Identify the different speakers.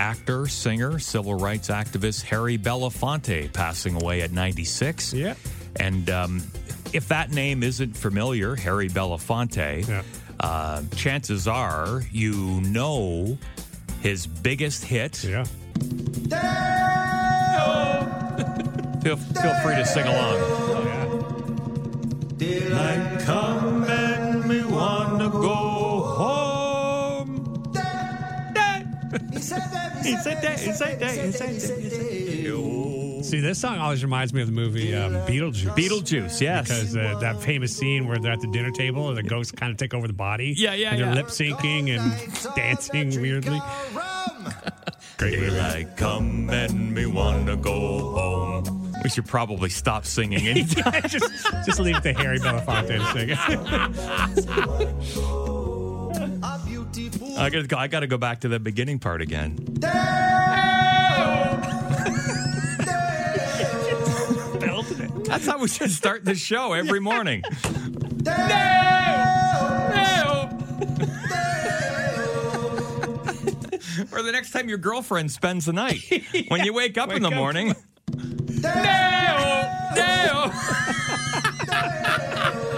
Speaker 1: Actor, singer, civil rights activist Harry Belafonte passing away at 96.
Speaker 2: Yeah.
Speaker 1: And um, if that name isn't familiar, Harry Belafonte,
Speaker 2: Yeah.
Speaker 1: uh, chances are you know his biggest hit.
Speaker 2: Yeah.
Speaker 1: Feel, feel free to sing along.
Speaker 2: Oh, yeah.
Speaker 1: Daylight come and me wanna go home. Um, He said that. He said that. He said that. He said that.
Speaker 2: See, this song always reminds me of the movie um, Beetlejuice.
Speaker 1: Beetlejuice, yes.
Speaker 2: Because uh, that famous scene where they're at the dinner table and the ghosts kind of take over the body.
Speaker 1: Yeah, yeah,
Speaker 2: And they're
Speaker 1: yeah.
Speaker 2: lip syncing and dancing weirdly. Great movie.
Speaker 1: Daylight come and me wanna go home. We should probably stop singing anytime.
Speaker 2: just, just leave it to Harry Belafonte to sing it.
Speaker 1: I gotta go. I gotta go back to the beginning part again. That's how we should start the show every morning. or the next time your girlfriend spends the night when you wake up in the
Speaker 2: wake up.
Speaker 1: morning.